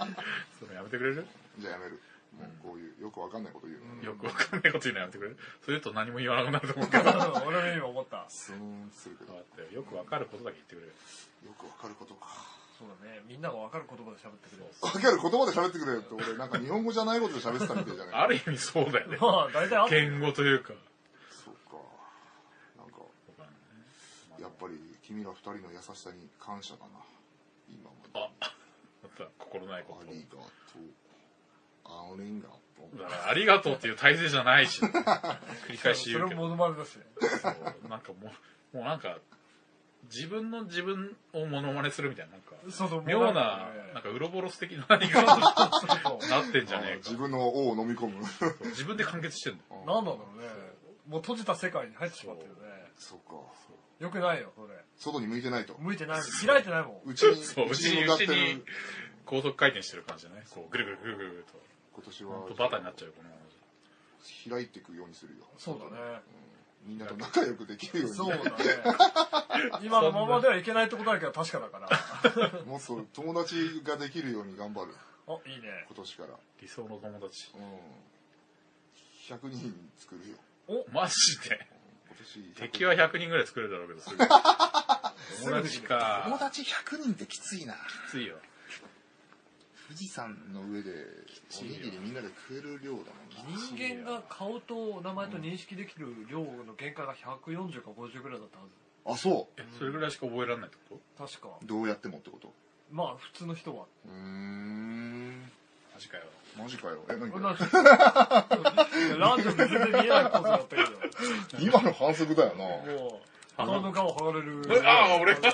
Speaker 1: それやめてくれる
Speaker 2: じゃあやめるもうこういうよくわかんないこと言うの、
Speaker 1: よくわかんないこと言うのやめてくれるそれ言うと何も言わなくなると思うけど
Speaker 3: うん俺も今思った
Speaker 2: スーンってするけど
Speaker 1: だ
Speaker 2: よ
Speaker 1: ってよくわかることだけ言ってくれる
Speaker 2: くわかることか
Speaker 3: そうだねみんながわかる言葉で喋ってくれる
Speaker 2: わかる言葉で喋ってくれよって俺なんか日本語じゃないことで喋ってたみたいじゃない
Speaker 1: ある意味そうだよね
Speaker 3: まあ大体あって
Speaker 1: 言語というか
Speaker 2: そうかなんかやっぱり君ら二人の優しさに感謝だな今まで
Speaker 1: あまた心ないこ
Speaker 2: あ
Speaker 1: と
Speaker 2: りがとうありがとう
Speaker 1: だからありがとうっていう体制じゃないし、繰り返し
Speaker 3: そ
Speaker 1: 言う
Speaker 3: れも
Speaker 1: けど
Speaker 3: モノマネだし
Speaker 1: そうなんかもうもうなんか自分の自分をモノマネするみたいななんか
Speaker 3: そうそう
Speaker 1: 妙
Speaker 3: モノ
Speaker 1: な
Speaker 3: マネ
Speaker 1: なんかウロボロス的な何かな
Speaker 3: そうそう
Speaker 1: ってんじゃ
Speaker 2: あ
Speaker 1: ねえか
Speaker 2: 自分の王を飲み込む
Speaker 1: そう自分で完結してんの
Speaker 2: あ
Speaker 3: なんだろうねもう閉じた世界に入ってしまってるね
Speaker 2: そうか
Speaker 3: よくないよそれ
Speaker 2: 外に向いてないと
Speaker 3: 向いてないもん開いてないもん
Speaker 2: うちに
Speaker 1: そう
Speaker 2: う
Speaker 1: う
Speaker 2: ち
Speaker 1: ち
Speaker 2: に
Speaker 1: に
Speaker 2: 向か
Speaker 1: う
Speaker 2: っ
Speaker 1: ち
Speaker 2: て
Speaker 1: に
Speaker 2: る
Speaker 1: 高速回転してる感じじゃないこうぐるぐるぐるぐるぐると
Speaker 2: 今年
Speaker 1: ほんと
Speaker 2: は
Speaker 1: バターになっちゃうよこのままじゃ
Speaker 2: 開いていくようにするよ
Speaker 3: そうだね
Speaker 2: みんなと仲良くできるように
Speaker 3: そうだね今のままではいけないってことだけは確かだから
Speaker 2: もっと友達ができるように頑張る
Speaker 3: おいいね
Speaker 2: 今年から
Speaker 1: 理想の友達
Speaker 2: うん100人作るよ
Speaker 1: マジで
Speaker 2: 今年100人
Speaker 1: 敵は100人ぐらい作れるだろうけどすぐ友達
Speaker 2: 友
Speaker 1: か
Speaker 2: 達100人ってきついな
Speaker 1: きついよ
Speaker 2: 富士山の上でおにぎりみんなで食える量だもんな
Speaker 3: 人間が顔と名前と認識できる量の限界が140か50ぐらいだったは
Speaker 2: あそ
Speaker 1: えそれぐらいしか覚えられないってこと
Speaker 3: ず確か
Speaker 2: うどうやってもってこと
Speaker 3: まあ普通の人は
Speaker 2: うーん
Speaker 1: マジかよ
Speaker 2: マジかよえ何
Speaker 3: 俺
Speaker 2: か
Speaker 3: なんかランジョンで全然見えない構図だったけ
Speaker 2: 今の反則だよな
Speaker 3: どもう顔の顔剥がれる
Speaker 1: えああ俺が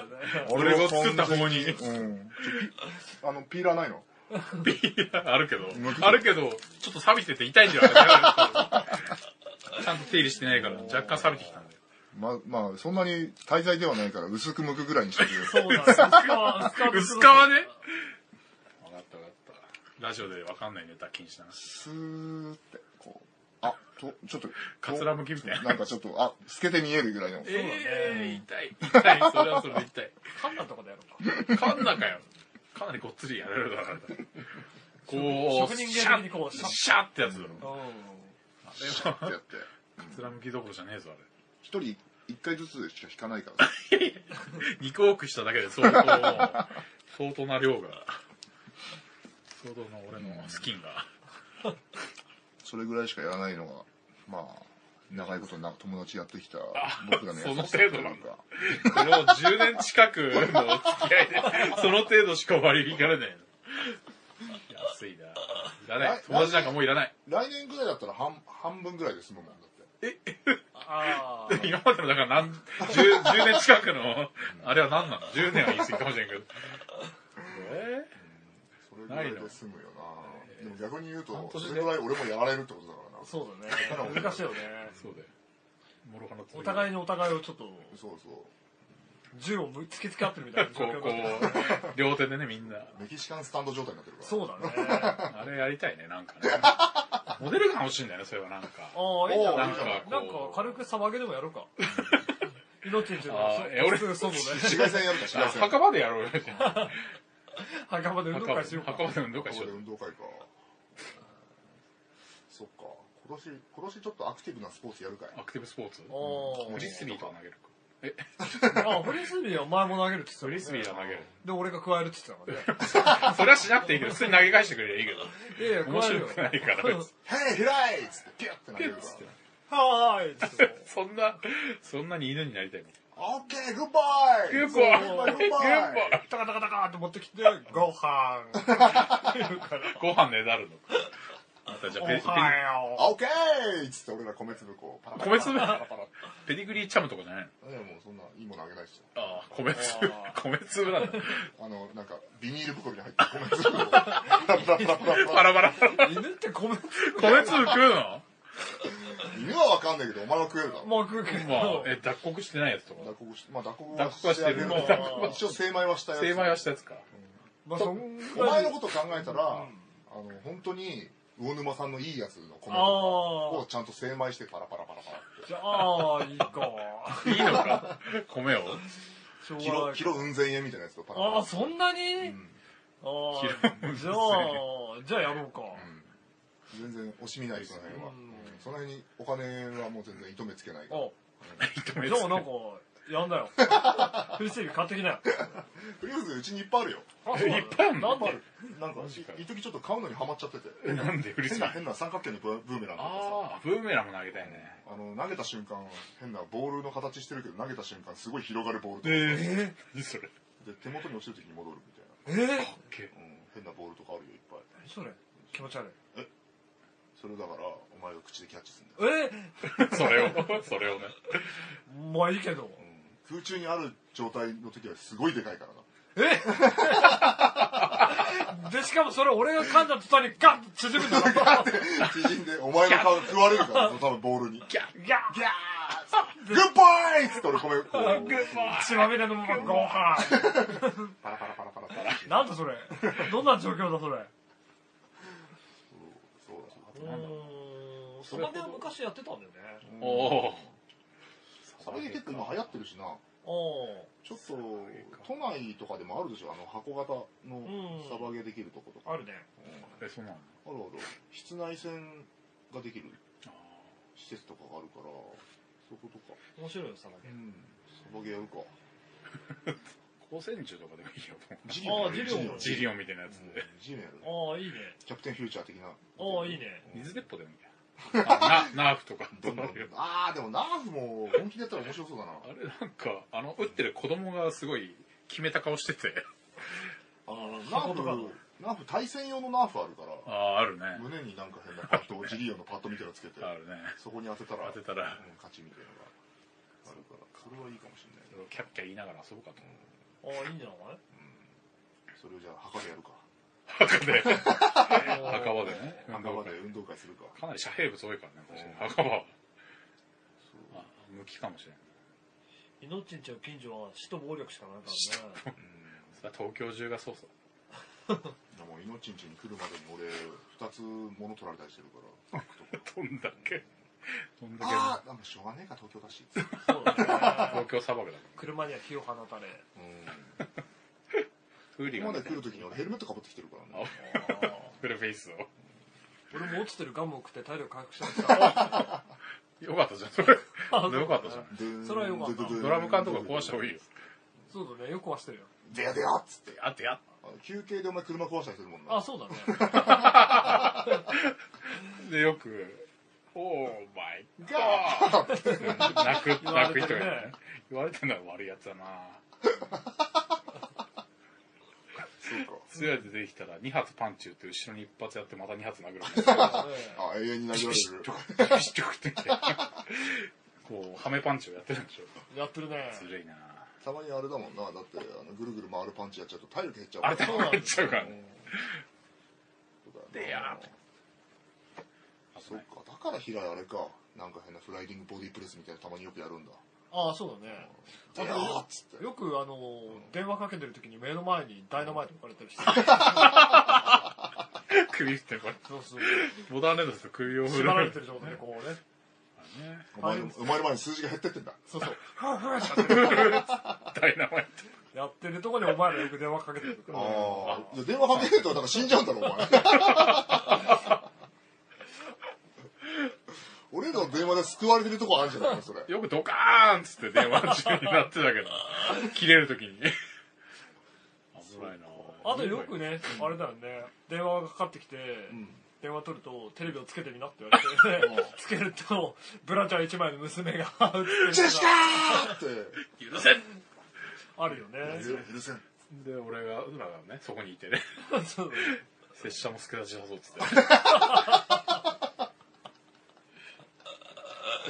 Speaker 1: 俺が作った方に
Speaker 2: うんちょピあのピーラーないの
Speaker 1: あるけど、あるけど、ちょっと錆びてて痛いんじゃないちゃんと手入れしてないから、若干錆びてきたんだよ。
Speaker 2: ままあそんなに滞在ではないから薄く剥くぐらいにして くれ
Speaker 3: そうだね薄皮
Speaker 1: 薄
Speaker 3: 薄
Speaker 1: 皮
Speaker 3: 皮
Speaker 1: ね。わかったわかった。ラジオでわかんないネタ禁止だな。
Speaker 2: スーってこうあとちょっと
Speaker 1: かつらむきみたいな。
Speaker 2: なんかちょっとあ透けて見えるぐらいの
Speaker 3: だね
Speaker 1: えー、痛い。痛い。それはそれで痛い。
Speaker 3: カンナとかでやろうか
Speaker 1: かんなかよ。かなりごっつりやられるだろうな。こう、
Speaker 3: 職人芸的にこう
Speaker 1: シャッシャッってやつだろ。
Speaker 3: う
Speaker 1: あれは、
Speaker 2: ってやって
Speaker 1: かつらむきどころじゃねえぞ、あれ。
Speaker 2: 一人一回ずつしか引かないから
Speaker 1: 肉多くしただけで相当、相当な量が、相当な俺のスキンが。
Speaker 2: それぐらいしかやらないのがまあ長いことな友達やってきた僕らの
Speaker 1: その
Speaker 2: 優しさと
Speaker 1: 程度
Speaker 2: い
Speaker 1: なん
Speaker 2: うか
Speaker 1: この10年近くの付き合いで、その程度しか割り引かれないの。安いな。いらない。友達なんかもういらない。
Speaker 2: 来年ぐらいだったら半半分ぐらいで済むもんだって
Speaker 3: んああ
Speaker 1: 今までのだから何、10, 10年近くの、あれは何なの ?10 年は言い過ぎかもしれんけど。え
Speaker 2: それぐらいで済むよなでも逆に言うとそれぐらい俺もやられるってことだからなそ
Speaker 3: そうだね難しいよね
Speaker 1: ー、そうだよ。もろかな
Speaker 3: お互
Speaker 1: い
Speaker 3: いにお互いをちょっと
Speaker 2: うそう
Speaker 3: 銃を突きつけ合ってるみたいな状
Speaker 1: こう、
Speaker 3: 況
Speaker 1: こ
Speaker 3: になってる
Speaker 1: う、両手でね、みんな。
Speaker 2: メキシカンスタンド状態になってるから
Speaker 3: そうだね
Speaker 1: あれやりたいね、なんかね。モデルガン欲しいんだよね、それはなんか。
Speaker 3: ああいいんじゃない
Speaker 1: なんかこう
Speaker 3: なんか軽く騒げでもやろうか命について
Speaker 1: あーえ俺
Speaker 3: 普 通外で
Speaker 2: 紫外線やるか紫外線
Speaker 1: 墓場でやろうよ。
Speaker 3: 墓場で運動
Speaker 1: 墓場
Speaker 3: 会
Speaker 1: で
Speaker 3: しようか
Speaker 1: 墓場で運動会し
Speaker 2: こ
Speaker 1: よ
Speaker 2: こで
Speaker 1: う。
Speaker 2: 運動会かそっか今年今年ちょっとアクティブなスポーツやるかい
Speaker 1: アクティブスポーツ。
Speaker 3: お
Speaker 1: フ
Speaker 3: ー
Speaker 1: リスビーとか投げるか。
Speaker 3: あフリスビーは前も投げるって言ってた
Speaker 1: フ
Speaker 3: もんね
Speaker 1: リスビーは投げる。
Speaker 3: で俺が加えるって言って たからね
Speaker 1: それはしなくていいけど、普通に投げ返してくれりゃいいけど。
Speaker 3: いやいや
Speaker 1: 面
Speaker 3: 加え
Speaker 1: 白
Speaker 3: るよ
Speaker 1: くないから
Speaker 3: う
Speaker 1: 別
Speaker 3: ん
Speaker 1: に
Speaker 2: 「ヘイヘライ!」っつってピュッて投げるか
Speaker 1: っつって
Speaker 3: はーいって言って
Speaker 1: そんなそんなに犬になりたいの
Speaker 2: ら「オッケーグッバイ!」
Speaker 1: グッ
Speaker 2: グ
Speaker 1: バイ
Speaker 2: ッバイグッバイ
Speaker 3: たタカタカタカって持ってき てご飯言うから
Speaker 1: ご飯ねだるのまたじゃ
Speaker 3: お
Speaker 1: あペ
Speaker 3: は
Speaker 1: リ
Speaker 3: よ
Speaker 1: ペ
Speaker 2: オッケーっつって俺ら米粒こうパラパラ
Speaker 1: 米粒
Speaker 2: パラパラパ
Speaker 1: リペディグリーチャムとかじゃないの
Speaker 2: ラいやもうそんないいものあげないですよ
Speaker 1: ああ米粒
Speaker 3: あ
Speaker 1: 米粒なんだ
Speaker 2: あのなんかビニール袋に入った米粒をパラパラパラパラパ
Speaker 1: バラバラ
Speaker 3: う犬って米
Speaker 1: 米粒食うの
Speaker 2: ラ犬はわかんないけどお前は食えるだろ
Speaker 3: もう食うけど、
Speaker 1: まあえ脱穀してないやつとか
Speaker 2: 脱穀しまあ脱穀
Speaker 1: 脱穀はしてる
Speaker 2: あげ
Speaker 1: もう
Speaker 2: けど一応精米はしたやつ
Speaker 1: 精米はしたやつか
Speaker 3: まあそん
Speaker 2: お前の
Speaker 3: こ
Speaker 2: こと考えたら、あの本当に魚沼さんのいいやつの米とか
Speaker 3: あー
Speaker 2: をちゃんと精米してパラパラパラパラ
Speaker 3: じゃあいいか
Speaker 1: いいのか米を
Speaker 3: しょう
Speaker 2: キ
Speaker 3: がな
Speaker 2: ロ
Speaker 3: い
Speaker 2: キロ雲仙円みたいなやつをパラパ
Speaker 3: あ
Speaker 2: ラ
Speaker 3: あそんなに、
Speaker 2: ん
Speaker 3: ああ
Speaker 1: キロ
Speaker 3: じゃあじゃあやろうか、
Speaker 2: 全然惜しみないですその辺は、
Speaker 3: うん
Speaker 2: その辺にお金はもう全然糸目つけないから
Speaker 3: お
Speaker 1: 認め
Speaker 3: じゃあなんかやんな よフリスビー買ってきなよ
Speaker 2: とりあえずうちにいっぱいあるよ
Speaker 3: あそうなの
Speaker 1: いっぱいあんの
Speaker 3: なんで
Speaker 2: なんか
Speaker 1: マジかよ
Speaker 2: 一時ちょっと買うのにハマっちゃってて
Speaker 1: えなんでフリ
Speaker 2: 変
Speaker 1: スビ
Speaker 2: な
Speaker 1: ー
Speaker 2: 変な三角形のブブーメランとかさ
Speaker 1: ああブーメランも投げたいね
Speaker 2: あの投げた瞬間変なボールの形してるけど投げた瞬間すごい広がるボールとか
Speaker 1: え何それ
Speaker 2: で手元に落ちる時に戻るみたい
Speaker 1: オ
Speaker 3: えー、
Speaker 1: ッケ
Speaker 2: な、うん変なボールとかあるよいっぱい
Speaker 3: それ気持ち悪い
Speaker 2: それだからお前が口でキャッチするんだよ
Speaker 3: え
Speaker 1: ーそれをそれをね
Speaker 3: まあいいけど
Speaker 2: 空中にある状態の時はすごいでかいからな
Speaker 3: えでしかもそれ俺が噛んだ途端にガッと縮むんだから
Speaker 2: 縮んでお前の顔が食われるから多分ボールに
Speaker 1: ギャッ
Speaker 3: ギャ
Speaker 2: ギャーグッバイっつって俺米こ
Speaker 1: グ
Speaker 2: う
Speaker 1: ッバ
Speaker 3: ー血まみれのままご飯
Speaker 2: パラパラパラパラパラそう
Speaker 3: なんだそれどんな状況だそれ
Speaker 2: そうだそう
Speaker 3: う
Speaker 2: だ
Speaker 3: ーん
Speaker 1: それほど
Speaker 3: 昔やってたんだよね
Speaker 1: イおお
Speaker 2: それで結構今流行ってるしな
Speaker 3: お
Speaker 2: ちょっと都内とかでもあるでしょあの箱型のサバゲできるとことか
Speaker 3: あるね
Speaker 1: えそうなの
Speaker 2: あるある室内戦ができる施設とかがあるからそことか
Speaker 3: 面白いよサバゲ
Speaker 2: うんサバゲやるか
Speaker 1: 光線銃とかでもいいよもう
Speaker 2: ジリオンやる
Speaker 3: あージリオン
Speaker 2: やる
Speaker 1: ジリオンみたいなやつ
Speaker 2: う
Speaker 1: で
Speaker 2: んジリオンやる
Speaker 3: ああいいね
Speaker 2: キャプテンフューチャー的な
Speaker 3: ああいいね
Speaker 1: 水鉄砲でもいいやあなナーフとか
Speaker 2: どんどんああでもナーフも本気でやったら面白そうだな
Speaker 1: あれなんかあの撃ってる子供がすごい決めた顔してて
Speaker 2: あのナ
Speaker 3: 箱
Speaker 2: ー
Speaker 3: と
Speaker 2: フ
Speaker 3: か
Speaker 2: ナーフ対戦用のナーフあるか
Speaker 1: あ
Speaker 2: ら
Speaker 1: ああるね
Speaker 2: 胸になんか変なパッドジリオンのパッドみたいなのつけて
Speaker 1: あるね
Speaker 2: そこに当てたら
Speaker 1: 当てたら
Speaker 2: うん勝ちみたいなのがあるからそれはいいかもしれないね
Speaker 1: キャッキャ言いながら遊ぶかと思う
Speaker 3: ああいいんじゃ
Speaker 2: それをじゃあ墓でやるか
Speaker 1: 墓で
Speaker 3: ない
Speaker 1: 墓場
Speaker 3: で
Speaker 1: でね運
Speaker 2: 墓
Speaker 1: 動
Speaker 2: 場
Speaker 1: 会
Speaker 2: で運動会するか
Speaker 1: かなり遮蔽物多いからね確かに墓場はあ向きかもしれない
Speaker 3: 命んちの近所は死と暴力しかないからね
Speaker 1: それは東京中がそうそう
Speaker 2: でも命んちに来るまでに俺2つ物取られたりしてる から
Speaker 1: どんだけどんだけ
Speaker 2: ああなんかしょうがねえか東京 だしっつって
Speaker 3: そうだね
Speaker 1: 東京砂漠だから
Speaker 3: 車には火を放た
Speaker 2: う
Speaker 3: れ
Speaker 2: ん
Speaker 1: フーリー
Speaker 2: 今
Speaker 1: が
Speaker 2: まで来る時に俺ヘルメットかぶってきてるからね
Speaker 1: フルフェイスを
Speaker 3: 俺も落ちてるガムを食って体力回復しました
Speaker 1: よかったじゃんそれよかったじゃん
Speaker 2: ドゥーン
Speaker 3: それはよかった
Speaker 2: ドゥドゥドゥーン
Speaker 1: ドラム缶とか壊した方がいいよ
Speaker 3: そうだねよくはしてるよ
Speaker 2: でやでやっつって
Speaker 1: あとやっ
Speaker 2: あの休憩でお前車壊したりするもんな
Speaker 3: あそうだね
Speaker 1: でよく「オーマイ
Speaker 2: ガーッ
Speaker 1: 泣く
Speaker 3: 言わ
Speaker 1: 泣
Speaker 3: れ
Speaker 1: く
Speaker 3: て
Speaker 1: 人がい
Speaker 3: るね
Speaker 1: るね言われてるのは悪いやつだな
Speaker 2: そうか
Speaker 1: つやで出てきたら2発パンチ打って後ろに1発やってまた2発殴る
Speaker 2: あ永遠に投げら
Speaker 1: ピ
Speaker 2: れ
Speaker 1: シッ
Speaker 2: る
Speaker 1: とピシッとってみたいなこうハメパンチをやってるんでしょ
Speaker 3: やってるね
Speaker 1: ずるいな
Speaker 2: たまにあれだもんなだってあのぐるぐる回るパンチやっちゃうと体力減っちゃう
Speaker 1: あれ
Speaker 2: だ
Speaker 1: 多分やっちゃうからね
Speaker 2: で
Speaker 1: でや
Speaker 2: そっかだから平井あれかなんか変なフライディングボディプレスみたいなたまによくやるんだ
Speaker 3: ああそうだね
Speaker 2: でやーっつって
Speaker 3: よくあの電話かけてる時に目の前にダイナマイト置かれたりして
Speaker 1: 首振ってこれ
Speaker 3: そうそう
Speaker 1: ボタンレッドすると首を振
Speaker 3: 縛られ
Speaker 1: る
Speaker 3: てる状態でこうね
Speaker 1: ね。
Speaker 2: 生まれる生まれる前に数字が減ってってんだ
Speaker 3: そうそうふわふわしちゃってる
Speaker 1: ダイナマイト。
Speaker 3: やってるとこにお前らよく電話かけてくるから
Speaker 2: ああ電話かけないとだから死んじゃうんだろお 前俺らの電話で救われてるとこあるんじゃないのそ れ
Speaker 1: よくドカーンっつって電話中になってたけど、 切れる時に。危ないな
Speaker 3: あとよく。ねあれだよね電話がかかってきて、電話取るとテレビをつけてみなって言われてつけるとブラちゃん一枚の娘が映ってる
Speaker 2: ジェシカーって
Speaker 1: 許せん
Speaker 3: あるよね
Speaker 2: 許せん
Speaker 1: で、俺が、うらがね、そこにい てね、
Speaker 3: そう
Speaker 1: 拙者も助け出しだぞっつ って。こ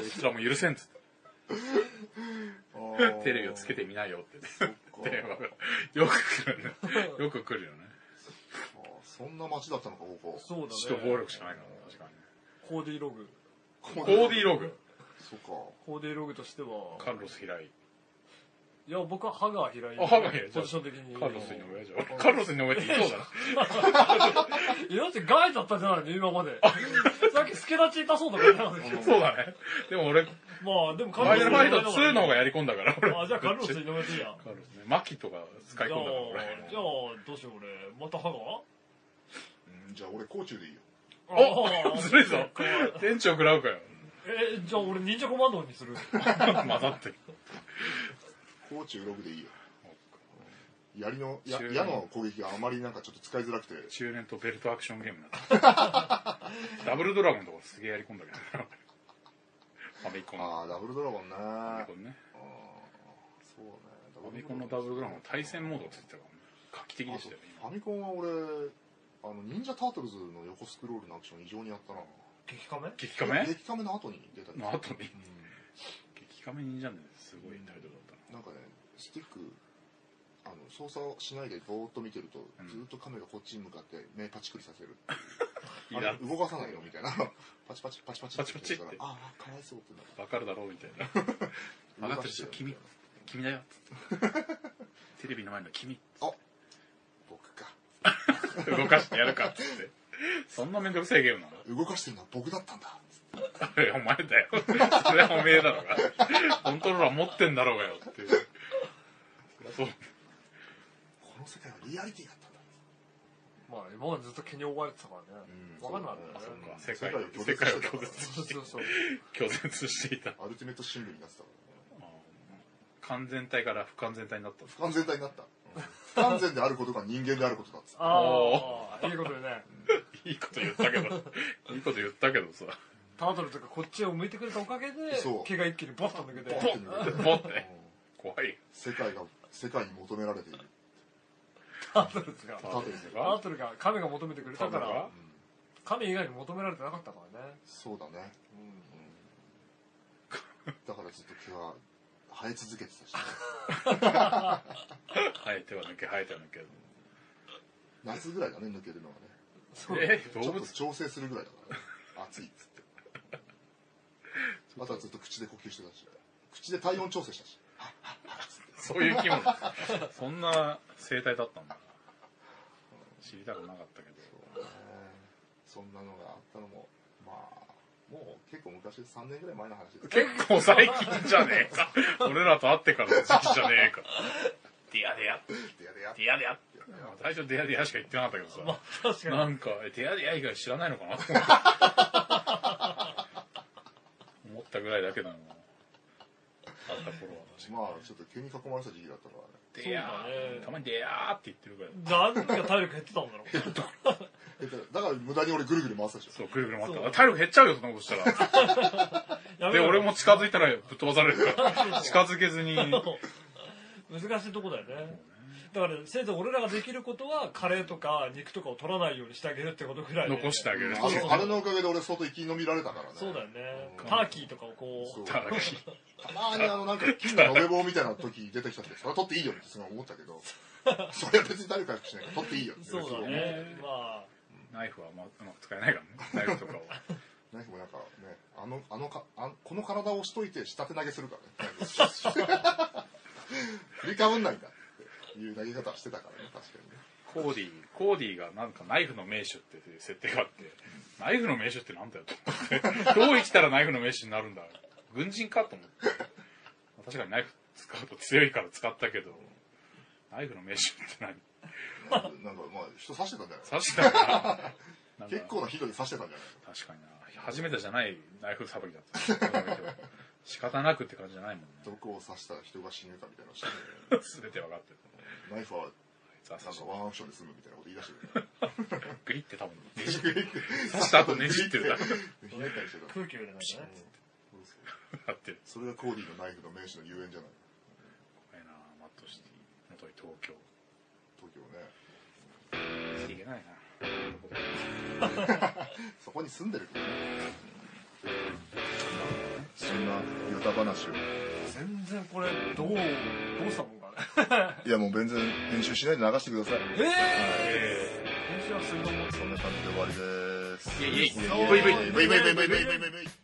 Speaker 1: いつらも許せんっつって。テレビをつけてみなよ ってね。電話が。よく来るね。 よく来るよね。
Speaker 2: あーそんな街だったのかここ
Speaker 3: そうだね
Speaker 1: ちょっと暴力しかないからね、確か にね。
Speaker 3: コーディログ
Speaker 2: コ
Speaker 1: コーディログ。
Speaker 2: そうか
Speaker 3: コーディログとしては
Speaker 1: カルロス平井。
Speaker 3: いや僕は歯が開いて
Speaker 1: あ歯が開いてる
Speaker 3: ポジション的に
Speaker 1: カルロス井上じゃん。カルロス井上って言いそうだな。
Speaker 3: いやだってガイだったじゃないの今までさっき助立ちいたそうだからね
Speaker 1: そうだね。でも俺、
Speaker 3: まあでも
Speaker 1: ファイナルファイト2の方
Speaker 3: が
Speaker 1: がやり込んだから、俺。
Speaker 3: あじゃあカルロス井
Speaker 1: カ
Speaker 3: 上でいいや
Speaker 1: ルロスね。マキとか使い
Speaker 3: じ
Speaker 1: 込
Speaker 3: ゃあ
Speaker 1: んだから、俺。
Speaker 3: じゃあどうしよう俺また歯が
Speaker 2: うんじゃあ俺甲冑でいいよ
Speaker 1: お
Speaker 3: あー
Speaker 1: ずるいぞ店長食らうかよ。
Speaker 3: えじゃあ俺忍者コマンドにす る
Speaker 1: 混ざってる。
Speaker 2: 甲冑ログでいいよ槍のや矢の攻撃があまりなんかちょっと使いづらくて
Speaker 1: 中年とベルトアクションゲームにな った。ダブルドラゴンとかすげえやり込んだけど。ファミコン。フ
Speaker 2: ああダブルドラゴンねあ
Speaker 1: ァミ
Speaker 2: ー
Speaker 1: コンね。
Speaker 2: そうねダ
Speaker 1: ファミコンのダブルドラゴン対戦モードがついてたからね。画期的でしたよね。
Speaker 2: あそうファミコンは俺あの忍者タートルズの横スクロールのアクション異常にやったな
Speaker 3: 激カメ
Speaker 1: 激カメ
Speaker 2: 激カメの後に出たり
Speaker 1: の後に
Speaker 2: う。ん
Speaker 1: 激カメ忍者ね。すごいタイトルだったな。
Speaker 2: なんかねスティックあの操作しないでぼーっと見てると、
Speaker 1: うん
Speaker 2: ずーっとカメがこっちに向かって目パチクリさせる
Speaker 1: いや
Speaker 2: あれ動かさないよみたいな パチパチパチパチ
Speaker 1: パチパチって
Speaker 2: やるからああかわいそうってな
Speaker 1: わかるだろうみたいな。上がってる人君君だよ。 テレビの前の君。
Speaker 2: 僕か
Speaker 1: 動かしてやるかっつって。そんなめんどくせえゲームなの
Speaker 2: 動かしてるのは僕だったんだ
Speaker 1: い やお前だよ。それはおめえだろうが。コントローラー持ってんだろうがよっていう。そりゃ
Speaker 2: この世界はリアリティだったんだ
Speaker 3: まあ今までずっと毛に覆われてたからねわかんなかった
Speaker 2: そ
Speaker 3: よ
Speaker 2: う
Speaker 3: ね
Speaker 2: だね
Speaker 1: 世界
Speaker 2: を拒絶
Speaker 1: 世界
Speaker 2: し
Speaker 1: を
Speaker 2: てた
Speaker 1: 拒
Speaker 2: から
Speaker 1: 絶
Speaker 3: そうそうそう
Speaker 1: そう拒絶していた。
Speaker 2: アルティメットシングルになってたからね
Speaker 1: 完全体から不完全体になったんです
Speaker 2: 不完全体になった不完全であることが人間であることだっつって
Speaker 3: ああいいことでね
Speaker 1: いいこと言った けど、いいこと言ったけどさ、
Speaker 3: タートルとかこっちを向いてくれたおかげで
Speaker 2: そう
Speaker 3: 毛が一気にボッと抜けて
Speaker 2: ボッて抜けて
Speaker 1: ボって、怖い。
Speaker 2: 世界が世界に求められている
Speaker 3: タートルズが
Speaker 1: タ
Speaker 2: タ
Speaker 1: ー
Speaker 2: ー
Speaker 1: ト
Speaker 2: ト
Speaker 1: ル
Speaker 2: ル
Speaker 1: ズ
Speaker 2: ズ
Speaker 3: タ
Speaker 1: が
Speaker 3: ートルが神が求めてくれたから神以外に求められてなかったからね
Speaker 2: そうだねだからずっと毛は生え続けて たし、
Speaker 1: 生えては抜け、生えては抜け。
Speaker 2: 夏ぐらいだね抜けるのはね
Speaker 3: そう
Speaker 1: え、
Speaker 2: ち
Speaker 1: 動
Speaker 2: ょっと
Speaker 1: 物
Speaker 2: 調整するぐらいだからね暑いっつってまたずっと口で呼吸してたし口で体温調整したし
Speaker 1: そういう生き物。そんな生態だったんだ。知りたくなかったけど。
Speaker 2: そんなのがあったのもまあもう結構昔3年ぐらい前の話です
Speaker 1: 結構最近じゃねえか。俺らと会ってからの時期じゃねえか。ディアディア、
Speaker 2: やでや
Speaker 1: ディアディア。最初ディアディアしか言ってなかったけどさ。
Speaker 3: 確かに
Speaker 1: なんか、えデアデア以外知らないのか なって思ったぐらいだけなの。あった頃は私。
Speaker 2: まあちょっと急に囲まれた時期だったからね
Speaker 1: デア
Speaker 3: そうだね
Speaker 1: たまにデアーって言ってるぐらい。
Speaker 3: なんか体力減ってたんだろう
Speaker 2: えだから無駄に俺ぐるぐる回すでしょ
Speaker 1: そう、ぐるぐる回った
Speaker 3: そう
Speaker 1: ら。体力減っちゃうよ、そんなことしたら。
Speaker 3: やめ
Speaker 1: で、
Speaker 3: ろ
Speaker 1: 俺も近づいたらぶっ飛ばされるから。近づけずに。
Speaker 3: 難しいとこだよねだからせいぜい俺らができることはカレーとか肉とかを取らないようにしてあげるってことぐらいで
Speaker 1: 残してあげる。
Speaker 2: あ のあれのおかげで俺相当生き延びられたからね
Speaker 3: そうだよねターキーとかをこ
Speaker 2: そうう
Speaker 1: ただき
Speaker 2: たまにあのなんか金の延べ棒みたいな時出てきた時それ取っていいよってすごい思ったけ どそれは別に誰かしないから取っていいよって
Speaker 3: そうだねまあ
Speaker 1: ナイフはまうまく使えないからね。ナイフとかを。
Speaker 2: ナイフもなんかねあのあのかあこの体をしといて下手投げするからね 振りかぶんないんだっていう投げ方してたからね確かにね
Speaker 1: コーディ、コーディがなんかナイフの名手っていう設定があって、ナイフの名手ってなんだよと思って。どう生きたらナイフの名手になるんだ軍人かと思って。確かにナイフ使うと強いから使ったけど、ナイフの名手って何
Speaker 2: なんか、まあ、人刺してたんじゃない
Speaker 1: 刺したんだな。な んか
Speaker 2: 結構な頻度で刺してたんじゃない
Speaker 1: 確かにな。初めてじゃないナイフさばきだった。仕方なくって感じじゃないもんね。
Speaker 2: どこを刺したら人が死ぬかみたいなのして
Speaker 1: 全て分かってる。
Speaker 2: ナイフは
Speaker 1: 刺
Speaker 2: なん
Speaker 1: し
Speaker 2: かワンアクションで済むみたいなこと言い出して
Speaker 1: グリって多分、ねじ
Speaker 2: るよね。
Speaker 1: 刺した後ねじってるだけ
Speaker 2: ひねったりして た。
Speaker 3: 空気を入れないとね
Speaker 1: なってる。
Speaker 2: それがコーディのナイフの名手の遊園じゃない
Speaker 1: 怖いなマットシティ、元に東京。
Speaker 2: 東京ね。
Speaker 1: いけないな。
Speaker 2: そこに住んでるけどね。そんなヨタ話を。
Speaker 3: 全然これどうどうしたもんかね
Speaker 2: いやもう全然編集しないで流してください。
Speaker 3: ええ
Speaker 1: え
Speaker 3: ー、編集はすると思う
Speaker 2: そんな感じで終わりです。
Speaker 1: イェイイ
Speaker 2: イ
Speaker 1: ェイ
Speaker 2: ェイイェイイェイイェイイェイイェイイェイイェイ